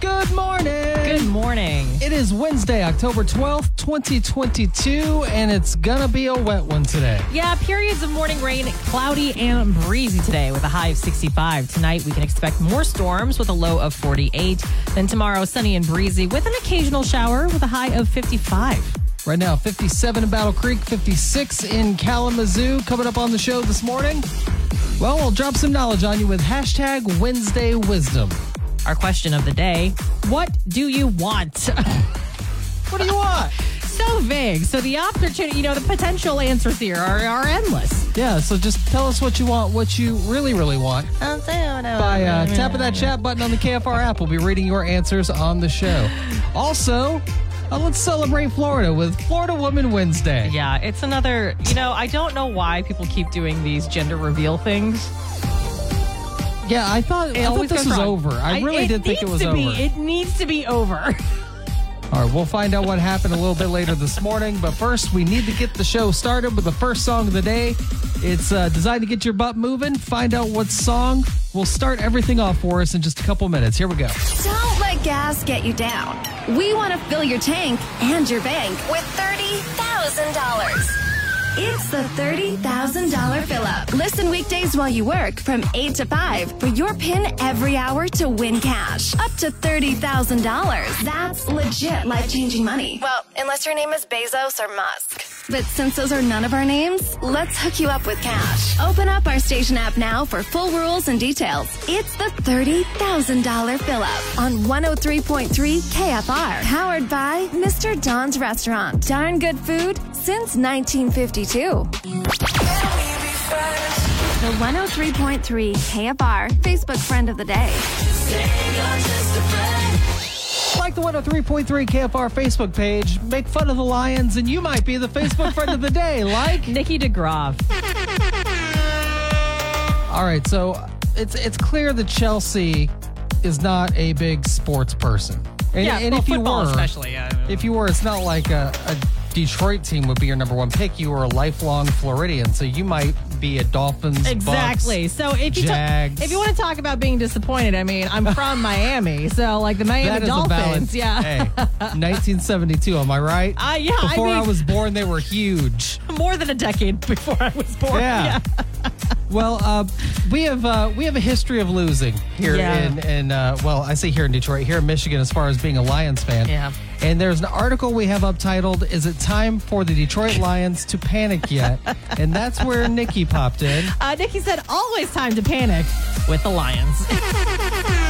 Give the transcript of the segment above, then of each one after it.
Good morning. Good morning. It is Wednesday, October 12th, 2022, and it's gonna be a wet one today. Yeah, periods of morning rain, cloudy and breezy today with a high of 65. Tonight, we can expect more storms with a low of 48. Then tomorrow, sunny and breezy with an occasional shower with a high of 55. Right now, 57 in Battle Creek, 56 in Kalamazoo. Coming up on the show this morning, well, we'll drop some knowledge on you with hashtag Wednesday Wisdom. Our question of the day What do you want? What do you want? so vague. So the opportunity, you know, the potential answers here are, are endless. yeah, so just tell us what you want, what you really, really want. by uh, tapping that chat button on the KFR app. We'll be reading your answers on the show. Also, uh, let's celebrate Florida with Florida Woman Wednesday. Yeah, it's another, you know, I don't know why people keep doing these gender reveal things. Yeah, I thought, I thought always this goes was wrong. over. I really did think it needs was to over. Be, it needs to be over. All right, we'll find out what happened a little bit later this morning. But first, we need to get the show started with the first song of the day. It's uh, designed to get your butt moving. Find out what song. We'll start everything off for us in just a couple minutes. Here we go. Don't let gas get you down. We want to fill your tank and your bank with $30,000. It's the $30,000 fill up. Listen weekdays while you work from 8 to 5 for your pin every hour to win cash. Up to $30,000. That's legit life changing money. Well, unless your name is Bezos or Musk. But since those are none of our names, let's hook you up with cash. Open up our station app now for full rules and details. It's the $30,000 fill up on 103.3 KFR, powered by Mr. Don's Restaurant. Darn good food since 1952. The 103.3 KFR Facebook friend of the day. Like the 103.3 KFR Facebook page, make fun of the Lions, and you might be the Facebook friend of the day. Like. Nikki DeGraff. All right, so it's it's clear that Chelsea is not a big sports person. And, Yeah, and well, if you football were, especially, yeah. if you were, it's not like a, a Detroit team would be your number one pick. You were a lifelong Floridian, so you might be a Dolphins. Bucks. Exactly. So if you talk, Jags. if you want to talk about being disappointed, I mean, I'm from Miami, so like the Miami That is Dolphins, a valid. yeah. Hey, 1972. Am I right? Uh, yeah, I Before I, mean- was born, they were huge. More than a decade before I was born. Yeah. well, uh, we have uh, we have a history of losing here Yeah. in in uh, well, I say here in Detroit, here in Michigan, as far as being a Lions fan. Yeah. And there's an article we have up titled "Is it time for the Detroit Lions to panic yet?" and that's where Nikki popped in. Uh, Nikki said, always time to panic with the Lions.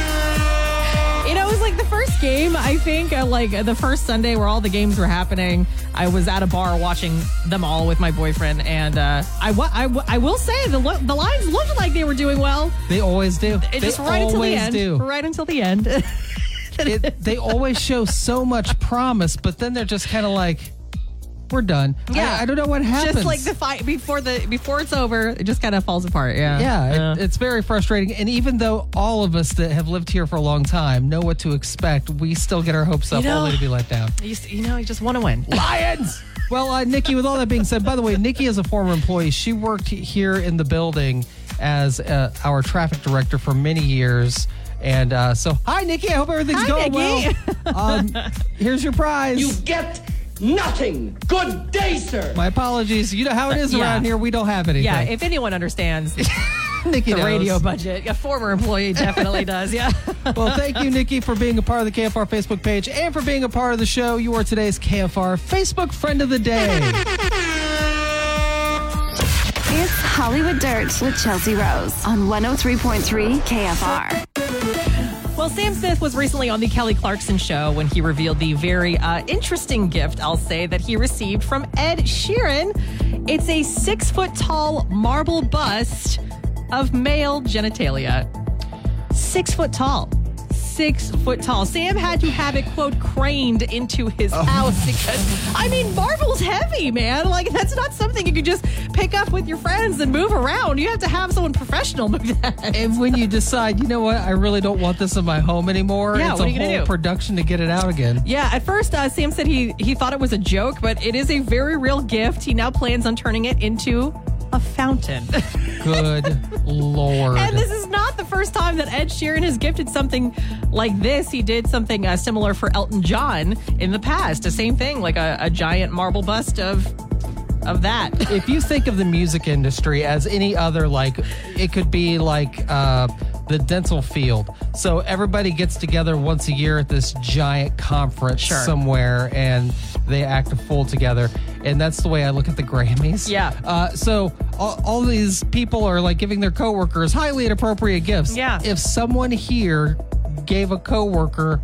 You know, it was like the first game, I think, uh, like the first Sunday where all the games were happening. I was at a bar watching them all with my boyfriend, and uh, I, wa- I, w- I will say the, lo- the Lions looked like they were doing well. They always do. It they just right until the always end. do. Right until the end. It, they always show so much promise, but then they're just kind of like, "We're done." I- Yeah. I, don't know what happens. just like the fight before the before it's over, it just kind of falls apart. Yeah, Uh, Yeah, it, it's very frustrating. And even though all of us that have lived here for a long time know what to expect, we still get our hopes up You know- only to be let down. you, s- you know, you just want to win. Lions! Well, uh, Nikki, with all that being said, by the way, Nikki is a former employee. She worked here in the building as uh, our traffic director for many years. And uh, so, hi, Nikki. I hope everything's Hi, going Nikki. well. Um, here's your prize. You get nothing. Good day, sir. My apologies. You know how it is Yeah. around here. We don't have anything. Yeah, if anyone understands Nikki the knows. radio budget, a former employee definitely does. Yeah. Well, thank you, Nikki, for being a part of the KFR Facebook page and for being a part of the show. You are today's KFR Facebook Friend of the Day. It's Hollywood Dirt with Chelsea Rose on 103.3 KFR. Well, Sam Smith was recently on the Kelly Clarkson show when he revealed the very uh, interesting gift, I'll say, that he received from Ed Sheeran. It's a six foot tall marble bust of male genitalia. Six foot tall. six foot tall. Sam had to have it, quote, craned into his house because, I mean, Marvel's heavy, man. Like, that's not something you could just pick up with your friends and move around. You have to have someone professional move that. And when you decide, you know what, I really don't want this in my home anymore, Yeah, it's what a are you gonna whole do? production to get it out again. Yeah, at first, uh, Sam said he, he thought it was a joke, but it is a very real gift. He now plans on turning it into a fountain. Good lord. And this is not the first time that Ed Sheeran has gifted something like this. He did something uh, similar for Elton John in the past. The same thing, like a, a giant marble bust of of that. if you think of the music industry as any other like it could be like uh the dental field so everybody gets together once a year at this giant conference Sure. somewhere and they act a fool together and that's the way i look at the grammys Yeah. uh, so all, all these people are like giving their coworkers highly inappropriate gifts Yeah. if someone here gave a coworker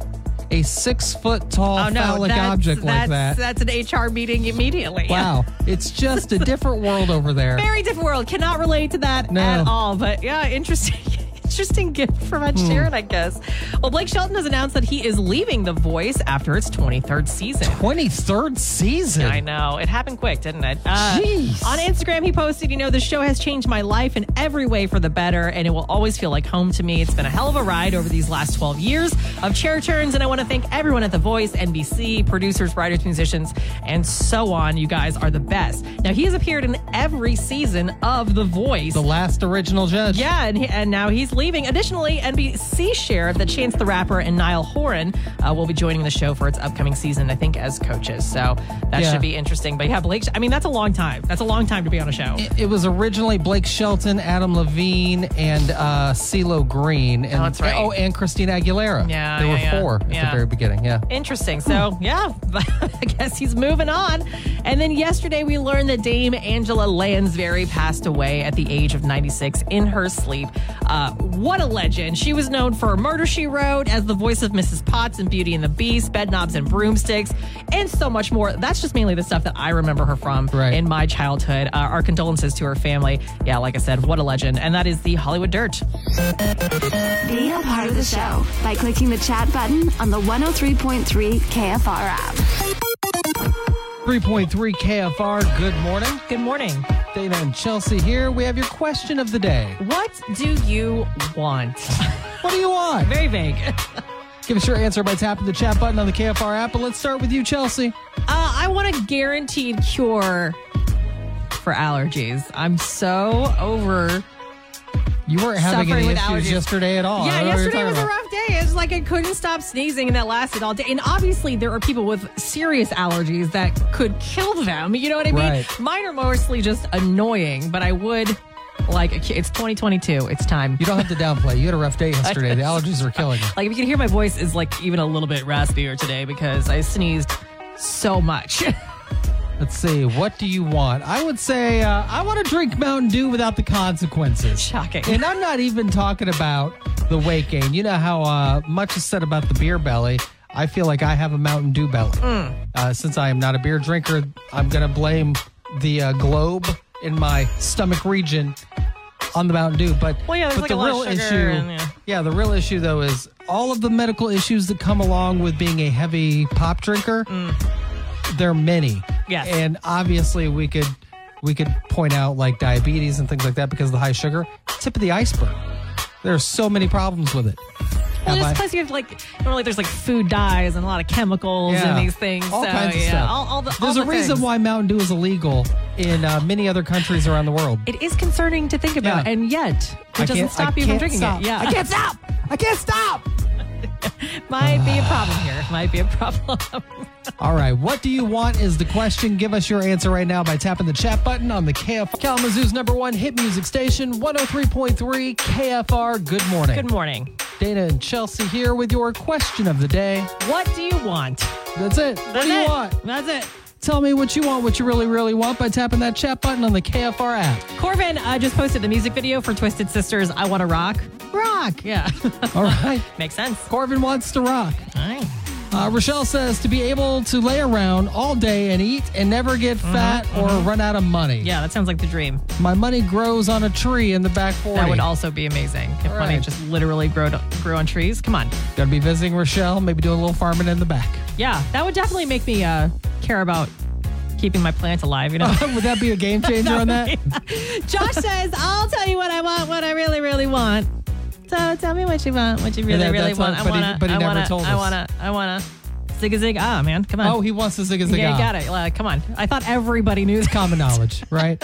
a six foot tall phallic object like that Oh, That's an HR meeting immediately. wow it's just a different world over there Very different world. Cannot relate to that No. at all. But yeah, interesting. Interesting gift from Ed Sheeran, I guess. Well, Blake Shelton has announced that he is leaving The Voice after its 23rd season. 23rd season. I know. It happened quick, didn't it? Uh, Jeez. On Instagram, he posted, you know, the show has changed my life in every way for the better, and it will always feel like home to me. It's been a hell of a ride over these last 12 years of chair turns, and I want to thank everyone at The Voice, NBC, producers, writers, musicians, and so on. You guys are the best. Now, he has appeared in every season of The Voice. The last original judge. Yeah, and, he, and now he's leaving. Additionally, NBC sheriff, the Chance the Rapper, and Niall Horan uh, will be joining the show for its upcoming season, I think, as coaches. So that Yeah. should be interesting. But yeah, Blake, I mean, that's a long time. That's a long time to be on a show. It was originally Blake Shelton, Adam Levine, and uh, CeeLo Green. And, Oh, that's right. Oh, and Christina Aguilera. Yeah, There were yeah, yeah. four at Yeah. the very beginning. Yeah. Interesting. So, yeah, I guess he's moving on. And then yesterday we learned that Dame Angela Lansbury passed away at the age of 96 in her sleep. Uh, what a legend. She was known for Murder She Wrote, as the voice of Mrs. Potts and Beauty and the Beast, Bedknobs and Broomsticks, and so much more. That's just mainly the stuff that I remember her from Right. in my childhood. Uh, our condolences to her family. Yeah, like I said, what a legend. And that is the Hollywood Dirt. Be a part of the show by clicking the chat button on the 103.3 KFR app. 3.3 KFR. Good morning. Good morning. Dana and Chelsea here. We have your question of the day. What do you want? What do you want? Very vague. Give us your answer by tapping the chat button on the KFR app. And let's start with you, Chelsea. Uh, I want a guaranteed cure for allergies. I'm so over. You weren't having any Suffering with issues allergies. yesterday at all. Oh, I yeah, don't know what you're yesterday talking was a about. rough day. It was like I couldn't stop sneezing, and that lasted all day. And obviously, there are people with serious allergies that could kill them. You know what I mean? Right. Mine are mostly just annoying, but I would like a cu- it's 2022. It's time. You don't have to downplay. You had a rough day yesterday. The allergies are killing you. Like if you can hear my voice is like even a little bit raspier today because I sneezed so much. Let's see. What do you want? I would say uh, I want to drink Mountain Dew without the consequences. Shocking. And I'm not even talking about the weight gain. You know how uh, much is said about the beer belly. I feel like I have a Mountain Dew belly. Mm. Uh, since I am not a beer drinker, I'm going to blame the uh, globe in my stomach region on the Mountain Dew. But, Well, yeah, there's but like the a lot of real sugar issue, and, yeah. the real issue though is all of the medical issues that come along with being a heavy pop drinker there are many. Yes. And obviously we could we could point out like diabetes and things like that because of the high sugar. Tip of the iceberg. There are so many problems with it. Well, Have just I- plus you have like normally there's like food dyes and a lot of chemicals and these things. All so, kinds of yeah, stuff. All, all the, all There's the a reason things. why Mountain Dew is illegal in uh, many other countries around the world. it is concerning to think about, Yeah. and yet it I doesn't can't- stop I you from can't drinking stop. it. Yeah, I can't stop. I can't stop. might be a problem here. Might be a problem. All right. What do you want is the question. Give us your answer right now by tapping the chat button on the KFR Kalamazoo's number one hit music station, 103.3 KFR. Good morning. Good morning. Dana and Chelsea here with your question of the day. What do you want? That's it. what do you it. want? That's it. Tell me what you want, what you really, really want by tapping that chat button on the KFR app. Corvin uh, just posted the music video for Twisted Sisters. I want to rock. Rock. Yeah, All right. makes sense. Corvin wants to rock. All right. Uh, Rochelle says to be able to lay around all day and eat and never get fat or run out of money. Mm-hmm, Yeah, that sounds like the dream. My money grows on a tree in the back 40. That would also be amazing if All money right. just literally grew, grew on trees. Come on. Gonna be visiting Rochelle, maybe doing a little farming in the back. Yeah, that would definitely make me uh, care about keeping my plants alive, you know? would that be a game changer on that? Josh says, I'll tell you what I want, what I really, really want. So tell me what you want, what you really, that- really that's want. not- I but he- wanna, but he I never wanna, told I us. wanna, I wanna. Zig a zig ah, man. Come on. Oh, he wants to zig a zig ah. yeah, you got it. Uh, come on. I thought everybody knew that. Common knowledge, right?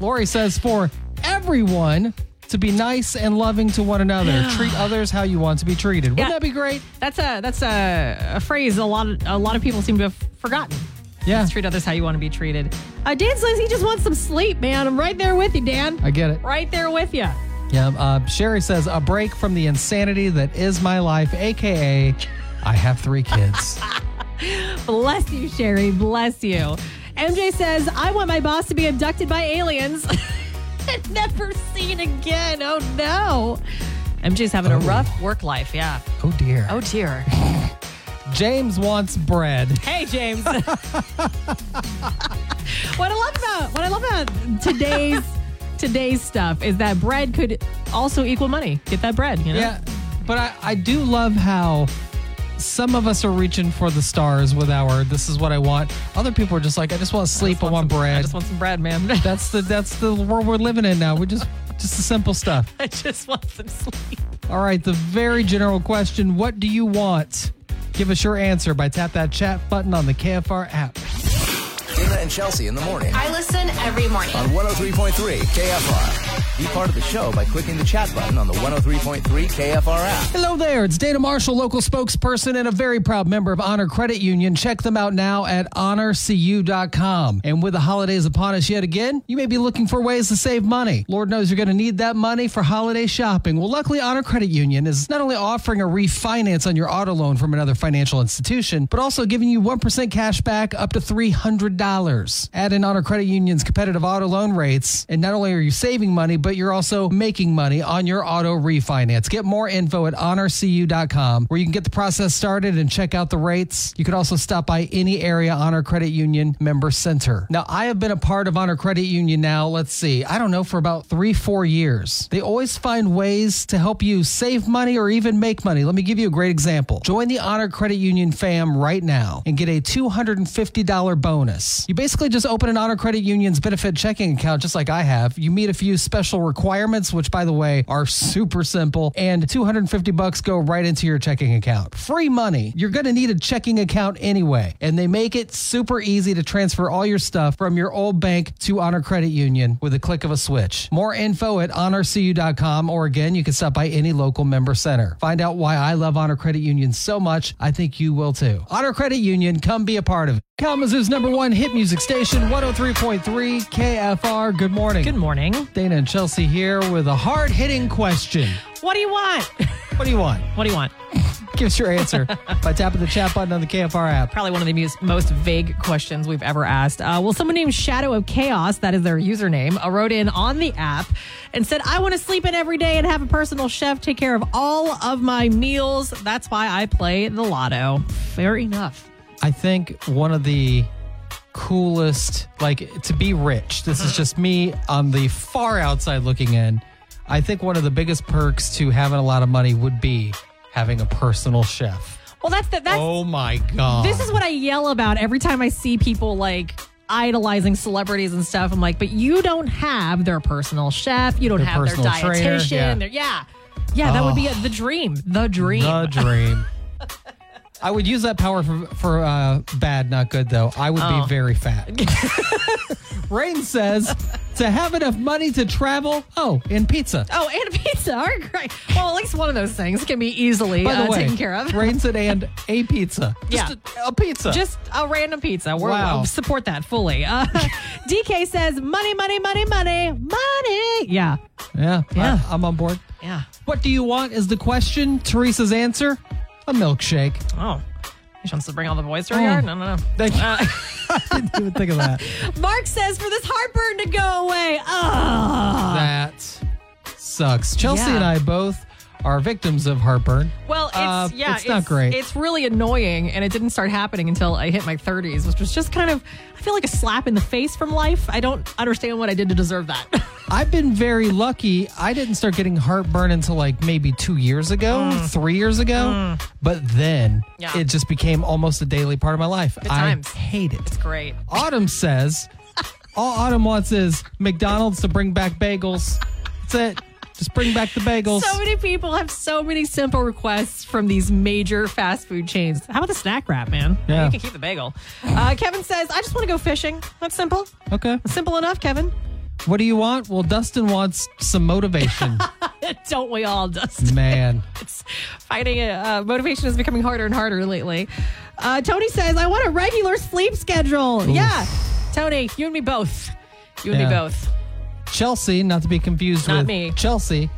Lori says for everyone to be nice and loving to one another. Treat others how you want to be treated. Wouldn't Yeah. that be great? That's a that's a, a phrase a lot of, a lot of people seem to have forgotten. Yeah. Treat others how you want to be treated. Uh, Dan says he just wants some sleep, man. I'm right there with you, Dan. I get it. Right there with you. Yeah. Uh, Sherry says a break from the insanity that is my life, aka I have three kids. Bless you, Sherry. Bless you. MJ says, I want my boss to be abducted by aliens and never seen again. Oh, no. MJ's having a rough work life. Yeah. oh dear. Oh, dear. James wants bread. Hey, James. what I love about what I love about today's today's stuff is that bread could also equal money. Get that bread, you know? Yeah, but I, I do love how some of us are reaching for the stars with our "this is what I want." Other people are just like, "I just want to sleep. I, I want, some- bread." I just want some bread, man. that's the that's the world we're living in now. We just just the simple stuff. I just want some sleep. All right, the very general question: What do you want? Give us your answer by tap that chat button on the KFR app. Dana and Chelsea in the morning I listen every morning. on 103.3 KFR. Be part of the show by clicking the chat button on the 103.3 KFR app. Hello there, it's Dana Marshall, local spokesperson and a very proud member of Honor Credit Union. Check them out now at honorcu.com. And with the holidays upon us yet again, you may be looking for ways to save money. Lord knows you're going to need that money for holiday shopping. Well, luckily, Honor Credit Union is not only offering a refinance on your auto loan from another financial institution, but also giving you 1% cash back up to $300. Add in Honor Credit Union's competitive auto loan rates, and not only are you saving money, but you're also making money on your auto refinance. Get more info at honorcu.com, where you can get the process started and check out the rates. You could also stop by any area Honor Credit Union member center. Now, I have been a part of Honor Credit Union now, let's see, I don't know, for about three, four years. They always find ways to help you save money or even make money. Let me give you a great example. Join the Honor Credit Union fam right now and get a $250 bonus. You basically just open an Honor Credit Union's benefit checking account, just like I have. You meet a few special requirements, which, by the way, are super simple, and 250 bucks go right into your checking account. Free money. You're going to need a checking account anyway, and they make it super easy to transfer all your stuff from your old bank to Honor Credit Union with a click of a switch. More info at honorcu.com, or again, you can stop by any local member center. Find out why I love Honor Credit Union so much. I think you will too. Honor Credit Union, come be a part of it. Kalamazoo's number one hit music station, 103.3 KFR. Good morning. Good morning. Dana and Chelsea here with a hard hitting question. What do you want? What do you want? What do you want? Give us your answer by tapping the chat button on the KFR app. probably one of the mus- most vague questions we've ever asked. Uh, well, someone named Shadow of Chaos, that is their username, uh, wrote in on the app and said, I want to sleep in every day and have a personal chef take care of all of my meals. That's why I play the lotto. Fair enough. I think one of the coolest, like to be rich, this is just me on the far outside looking in. I think one of the biggest perks to having a lot of money would be having a personal chef. Well, that's the, that's, Oh my God. this is what I yell about every time I see people like idolizing celebrities and stuff. I'm like, but you don't have their personal chef. You don't Their have their personal trainer, dietitian. yeah. their- yeah. Yeah, that would be a, the dream. The dream. the dream. I would use that power for, for uh, bad, not good, though. I would Oh. be very fat. Rain says to have enough money to travel. Oh, and pizza. Oh, and pizza are great. Well, at least one of those things can be easily By the uh, way, taken care of. Rain said and a pizza. Just Yeah. a, a pizza. Just a random pizza. We're, Wow. We'll support that fully. Uh, DK says money, money, money, money, money. Yeah. yeah, Yeah. I, am on board. Yeah. What do you want is the question. Teresa's answer: a milkshake. Oh. She wants to bring all the boys to her Oh. yard? No, no, no. Thank you. Uh. I didn't even think of that. Mark says for this heartburn to go away. Oh. That sucks. Chelsea Yeah. and I both are victims of heartburn. Well, it's Uh, yeah, it's not great. It's really annoying, and it didn't start happening until I hit my 30s, which was just kind of I feel like a slap in the face from life. I don't understand what I did to deserve that. I've been very lucky. I didn't start getting heartburn until like maybe two years ago, three years ago. But then Mm. Yeah. it just became almost a daily part of my life. I times. hate it. Great. Autumn says, all Autumn wants is McDonald's to bring back bagels. That's it. Just bring back the bagels. So many people have so many simple requests from these major fast food chains. How about the snack wrap, man? Yeah. You can keep the bagel. Uh, Kevin says, I just want to go fishing. That's simple. okay. Simple enough, Kevin. What do you want? Well, Dustin wants some motivation. Don't we all, Dustin? Man. It's finding it. Uh, motivation is becoming harder and harder lately. Uh, Tony says, I want a regular sleep schedule. Yeah. Tony, you and me both. You and me Yeah. both. Chelsea, not to be confused Not with me. Chelsea.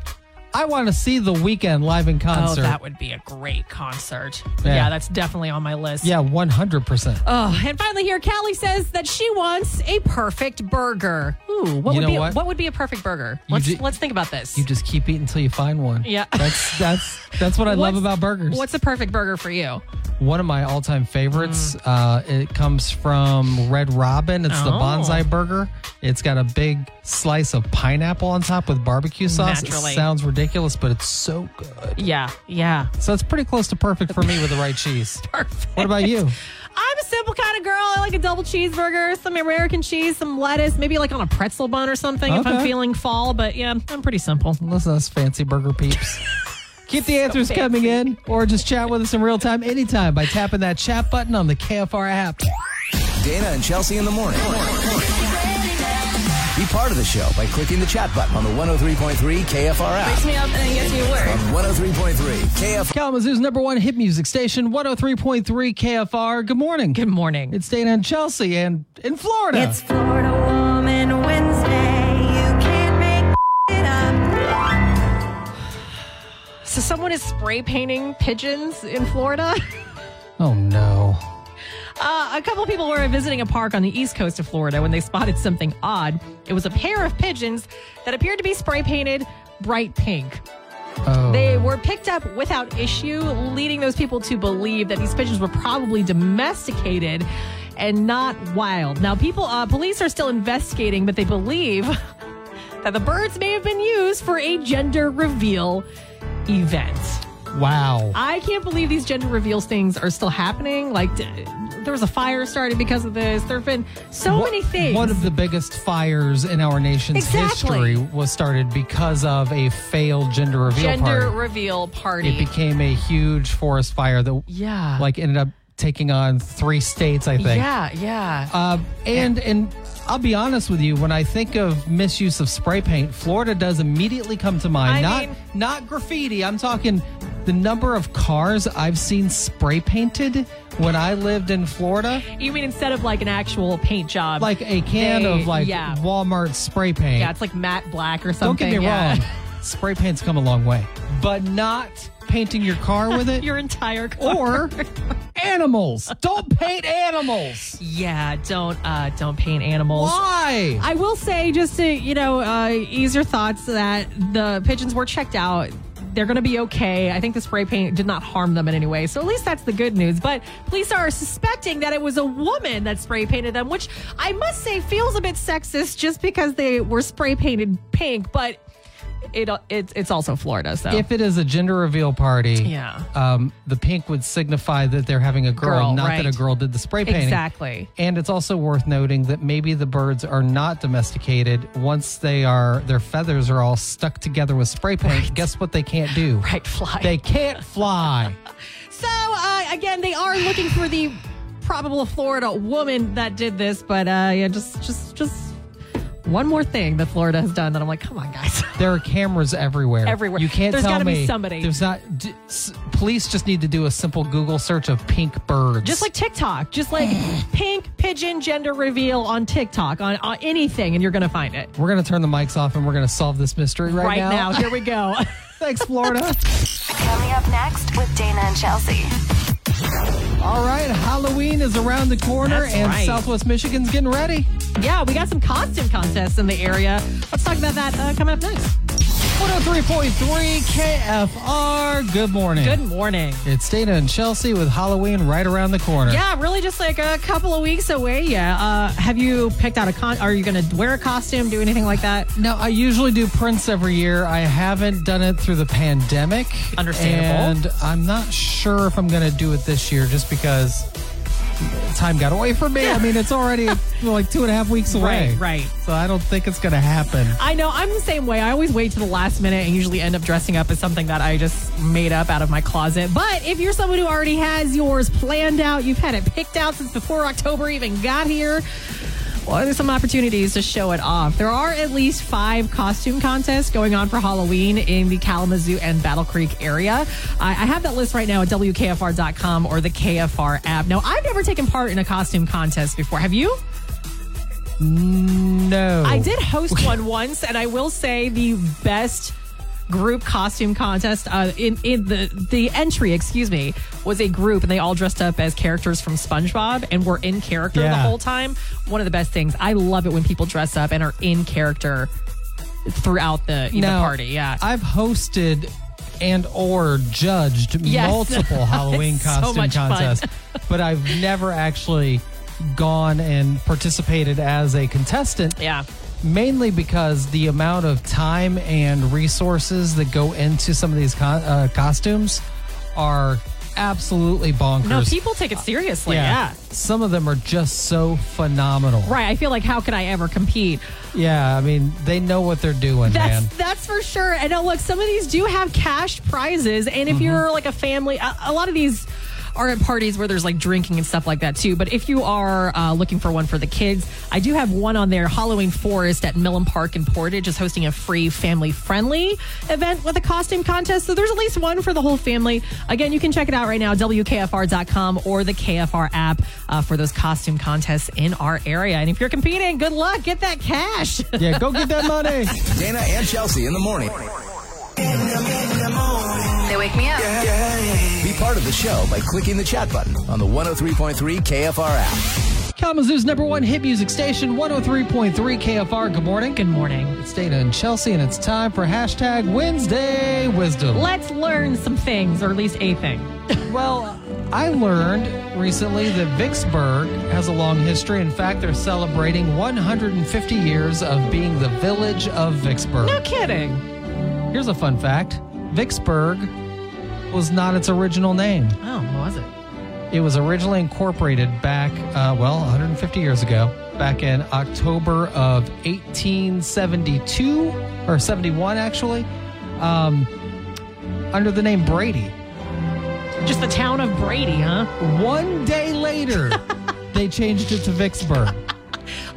I want to see the weekend live in concert. Oh, that would be a great concert. Yeah. Yeah, that's definitely on my list. yeah, 100%. Oh, and finally here, Callie says that she wants a perfect burger. Ooh, what You would know be what? what? would be a perfect burger? Let's ju- let's think about this. You just keep eating until you find one. Yeah. That's that's that's what I love What's- about burgers. What's a perfect burger for you? one of my all-time favorites? Uh, it comes from Red Robin. It's the Mm. Oh. bonsai burger. It's got a big slice of pineapple on top with barbecue sauce. Naturally. It sounds ridiculous, but it's so good. Yeah, yeah. So it's pretty close to perfect for me with the right cheese. Perfect. What about you? I'm a simple kind of girl. I like a double cheeseburger, some American cheese, some lettuce, maybe like on a pretzel bun or something if I'm Okay. feeling fall. But yeah, I'm pretty simple. Listen to us fancy burger peeps. Keep the answers coming in or just chat with us in real time anytime by tapping that chat button on the KFR app. Dana and Chelsea in the morning. Be part of the show by clicking the chat button on the 103.3 KFR app. me up and gets me to work. On 103.3 KFR. Kalamazoo's number one hit music station, 103.3 KFR. Good morning. Good morning. It's Dana and Chelsea and in Florida. It's Florida Woman Wednesday. You can't make it up. So someone is spray painting pigeons in Florida. oh no. Uh, a couple people were visiting a park on the east coast of Florida when they spotted something odd. It was a pair of pigeons that appeared to be spray painted bright pink. Oh. They were picked up without issue, leading those people to believe that these pigeons were probably domesticated and not wild. Now, people, uh, police are still investigating, but they believe that the birds may have been used for a gender reveal event. wow. I can't believe these gender reveals things are still happening. Like, d- there was a fire started because of this. There have been so What- many things. One of the biggest fires in our nation's Exactly. history was started because of a failed gender reveal gender party. reveal party. it became a huge forest fire that Yeah. like ended up taking on three states, I think. yeah, yeah. Uh, and and I'll be honest with you, when I think of misuse of spray paint, Florida does immediately come to mind. I not mean- not graffiti. I'm talking the number of cars I've seen spray painted when I lived in Florida, you mean instead of like an actual paint job, like a can they- of like yeah, Walmart spray paint. yeah, it's like matte black or Don't something. get me yeah. wrong, spray paint's come a long way, but not painting your car with it Your entire car. or animals. Don't paint animals. yeah, don't uh, don't paint animals. Why? I will say, just to you know, uh, ease your thoughts, that the pigeons were checked out. They're going to be okay. I think the spray paint did not harm them in any way, so at least that's the good news. But police are suspecting that it was a woman that spray painted them, which I must say feels a bit sexist, just because they were spray painted pink. But it, it it's also Florida, so if it is a gender reveal party, Yeah. um, the pink would signify that they're having a girl, Girl, not that right. a girl did the spray painting. exactly. And it's also worth noting that maybe the birds are not domesticated. Once they are, their feathers are all stuck together with spray paint. Guess what they can't do? Right, fly. They can't fly. So uh, again, they are looking for the probable Florida woman that did this, but uh, yeah, just just just one more thing that Florida has done that I'm like, come on, guys. there are cameras everywhere. Everywhere. You can't There's tell gotta be me somebody. There's not. D- s- police just need to do a simple Google search of pink birds. Just like TikTok, just like pink pigeon gender reveal on TikTok, on, on anything, and you're gonna find it we're gonna turn the mics off and we're gonna solve this mystery right, right now. Here we go. Thanks, Florida. Coming up next with Dana and Chelsea. All right, Halloween is around the corner, That's and right. Southwest Michigan's getting ready. yeah, we got some costume contests in the area. Let's talk about that uh, coming up next. 103.3 103.3 KFR. Good morning. Good morning. It's Dana and Chelsea with Halloween right around the corner. Yeah, really just like a couple of weeks away. Yeah. Uh, have you picked out a con? Are you going to wear a costume, do anything like that? Now, I usually do prints every year. I haven't done it through the pandemic. Understandable. And I'm not sure if I'm going to do it this year just because time got away from me. I mean, it's already like two and a half weeks away. Right, right. So I don't think it's going to happen. I know I'm the same way. I always wait to the last minute and usually end up dressing up as something that I just made up out of my closet. But if you're someone who already has yours planned out, you've had it picked out since before October even got here. Well, there's some opportunities to show it off. There are at least five costume contests going on for Halloween in the Kalamazoo and Battle Creek area. I, I have that list right now at WKFR.com or the KFR app. Now, I've never taken part in a costume contest before. Have you? No. I did host one once, and I will say the best group costume contest uh, in in the the entry, excuse me, was a group, and they all dressed up as characters from SpongeBob and were in character the Yeah. whole time. One of the best things. I love it when people dress up and are in character throughout the, you know, Now, the party. Yeah. I've hosted and or judged Yes. multiple Halloween It's so costume much fun. contests, but I've never actually gone and participated as a contestant. yeah. Mainly because the amount of time and resources that go into some of these co- uh, costumes are absolutely bonkers. No, people take it seriously. yeah. Some of them are just so phenomenal. Right. I feel like how could I ever compete? Yeah, I mean, they know what they're doing, That's man. that's for sure. And now look, some of these do have cash prizes, and if you're like a family, a, a lot of these are at parties where there's like drinking and stuff like that too. But if you are uh, looking for one for the kids, I do have one on there. Halloween Forest at Millen Park in Portage is hosting a free family friendly event with a costume contest. So there's at least one for the whole family. Again, you can check it out right now, WKFR.com or the KFR app uh, for those costume contests in our area. And if you're competing, good luck. Get that cash. Yeah, go get that money. Dana and Chelsea in the morning. They wake me up. Be part of the show by clicking the chat button on the 103.3 KFR app. Kalamazoo's number one oh hit music station, 103.3 KFR. Good morning. good morning. It's Dana and Chelsea, and it's time for hashtag Wednesday Wisdom. Let's learn some things, or at least a thing. Well, I learned recently that Vicksburg has a long history. In fact, they're celebrating 150 years of being the village of Vicksburg. No kidding. Here's a fun fact Vicksburg was not its original name. Oh, what was it? It was originally incorporated back, uh, well, 150 years ago, back in October of 1872 or 71, actually, um, under the name Brady. Just the town of Brady, huh? One day later, they changed it to Vicksburg.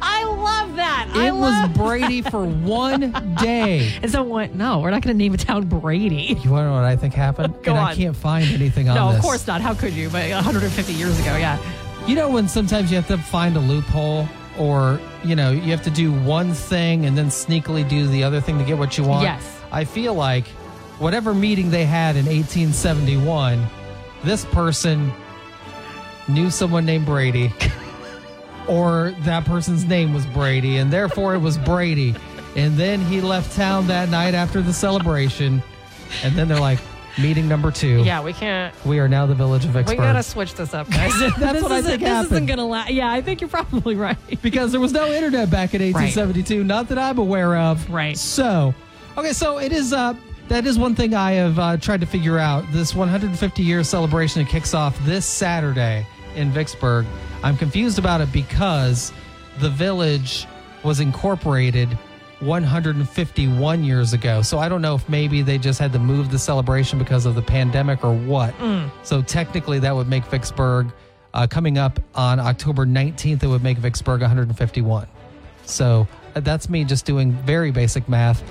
I love that. I It was love. Brady for one day. Is that what? No, we're not going to name a town Brady. You want to know what I think happened? Go and I on. can't find anything on No, this. of course not. How could you? But 150 years ago, yeah. You know when sometimes you have to find a loophole or, you know, you have to do one thing and then sneakily do the other thing to get what you want? Yes. I feel like whatever meeting they had in 1871, this person knew someone named Brady or that person's name was Brady and therefore it was Brady. And then he left town that night after the celebration. And then they're like, meeting number two. Yeah, we can't. We are now the village of We experts. gotta switch this up, guys. That's this what I isn't- think This isn't happened. gonna last. Yeah, I think you're probably right. because there was no internet back in 1872 not that i'm aware of Right. so okay so it is uh that is one thing i have uh, tried to figure out this 150 year celebration that kicks off this saturday in vicksburg i'm confused about it because the village was incorporated 151 years ago. So I don't know if maybe they just had to move the celebration because of the pandemic or what. So technically, that would make Vicksburg uh, coming up on October 19th, it would make Vicksburg 151. So uh, that's me just doing very basic math.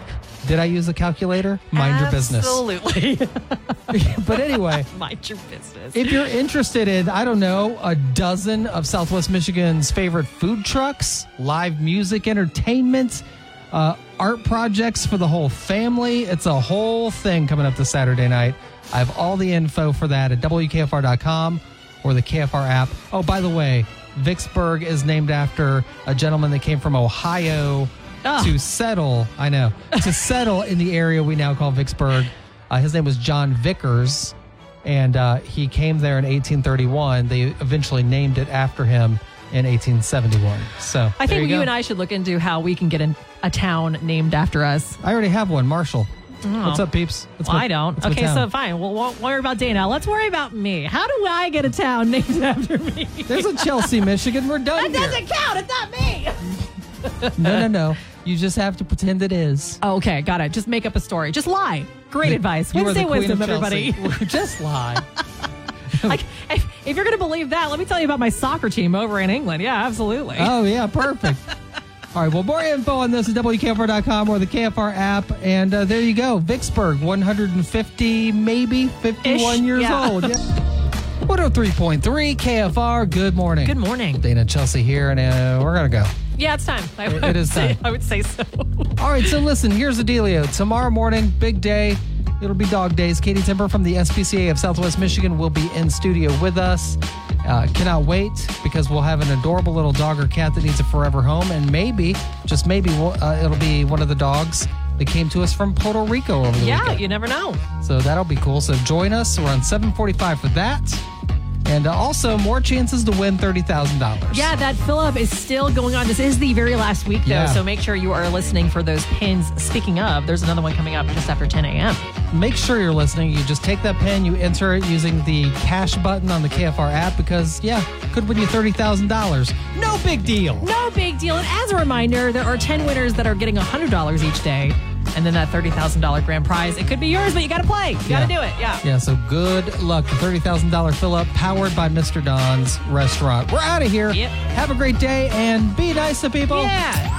Did I use a calculator? Mind your business. Absolutely. But anyway, Mind your business. if you're interested in, I don't know, a dozen of Southwest Michigan's favorite food trucks, live music, entertainment, uh, art projects for the whole family, it's a whole thing coming up this Saturday night. I have all the info for that at WKFR.com or the KFR app. Oh, by the way, Vicksburg is named after a gentleman that came from Ohio Ugh. to settle. I know to settle in the area we now call Vicksburg. Uh, his name was John Vickers, and uh, he came there in 1831. They eventually named it after him in 1871. So I there think you, go. and I should look into how we can get an, a town named after us. I already have one, Marshall. What's up, peeps? That's Oh. Well, my- I don't. that's my Okay, so town. fine. We'll, we'll worry about Dana. Let's worry about me. How do I get a town named after me? there's a Chelsea, Michigan. We're done That here. doesn't count. It's not me. No, no, no. You just have to pretend it is. Oh, Okay, got it. Just make up a story. Just lie. Great advice. You are Wednesday the queen wisdom, of Chelsea. everybody. just lie. like, if, if you're going to believe that, let me tell you about my soccer team over in England. Yeah, absolutely. Oh, yeah, perfect. All right, well, more info on this at WKFR.com or the KFR app. And uh, there you go. Vicksburg, 150, maybe 51 Ish, years yeah. old. oh Yeah. 103.3 KFR. Good morning. Good morning. Dana Chelsea here, and uh, we're going to go. Yeah, it's time. I It- would it is say- time. I would say so. All right, so listen, here's the dealio. Tomorrow morning, big day. It'll be dog days. Katie Timber from the SPCA of Southwest Michigan will be in studio with us. Uh, cannot wait because we'll have an adorable little dog or cat that needs a forever home. And maybe, just maybe, we'll, uh, it'll be one of the dogs that came to us from Puerto Rico over the Yeah, weekend. you never know. So that'll be cool. So join us. We're on 745 for that. And uh, also, more chances to win $30,000. Yeah, that fill up is still going on. This is the very last week, though, Yeah. so make sure you are listening for those pins. Speaking of, there's another one coming up just after 10 a.m. make sure you're listening. You just take that pin, you enter it using the cash button on the KFR app because, yeah, could win you $30,000. No big deal. No big deal. And as a reminder, there are 10 winners that are getting $100 each day, and then that $30,000 grand prize. It could be yours, but you got to play. You Yeah. got to do it. Yeah. Yeah, so good luck. The $30,000 fill up powered by Mr. Don's restaurant. We're out of here. Yep. Have a great day and be nice to people. Yeah.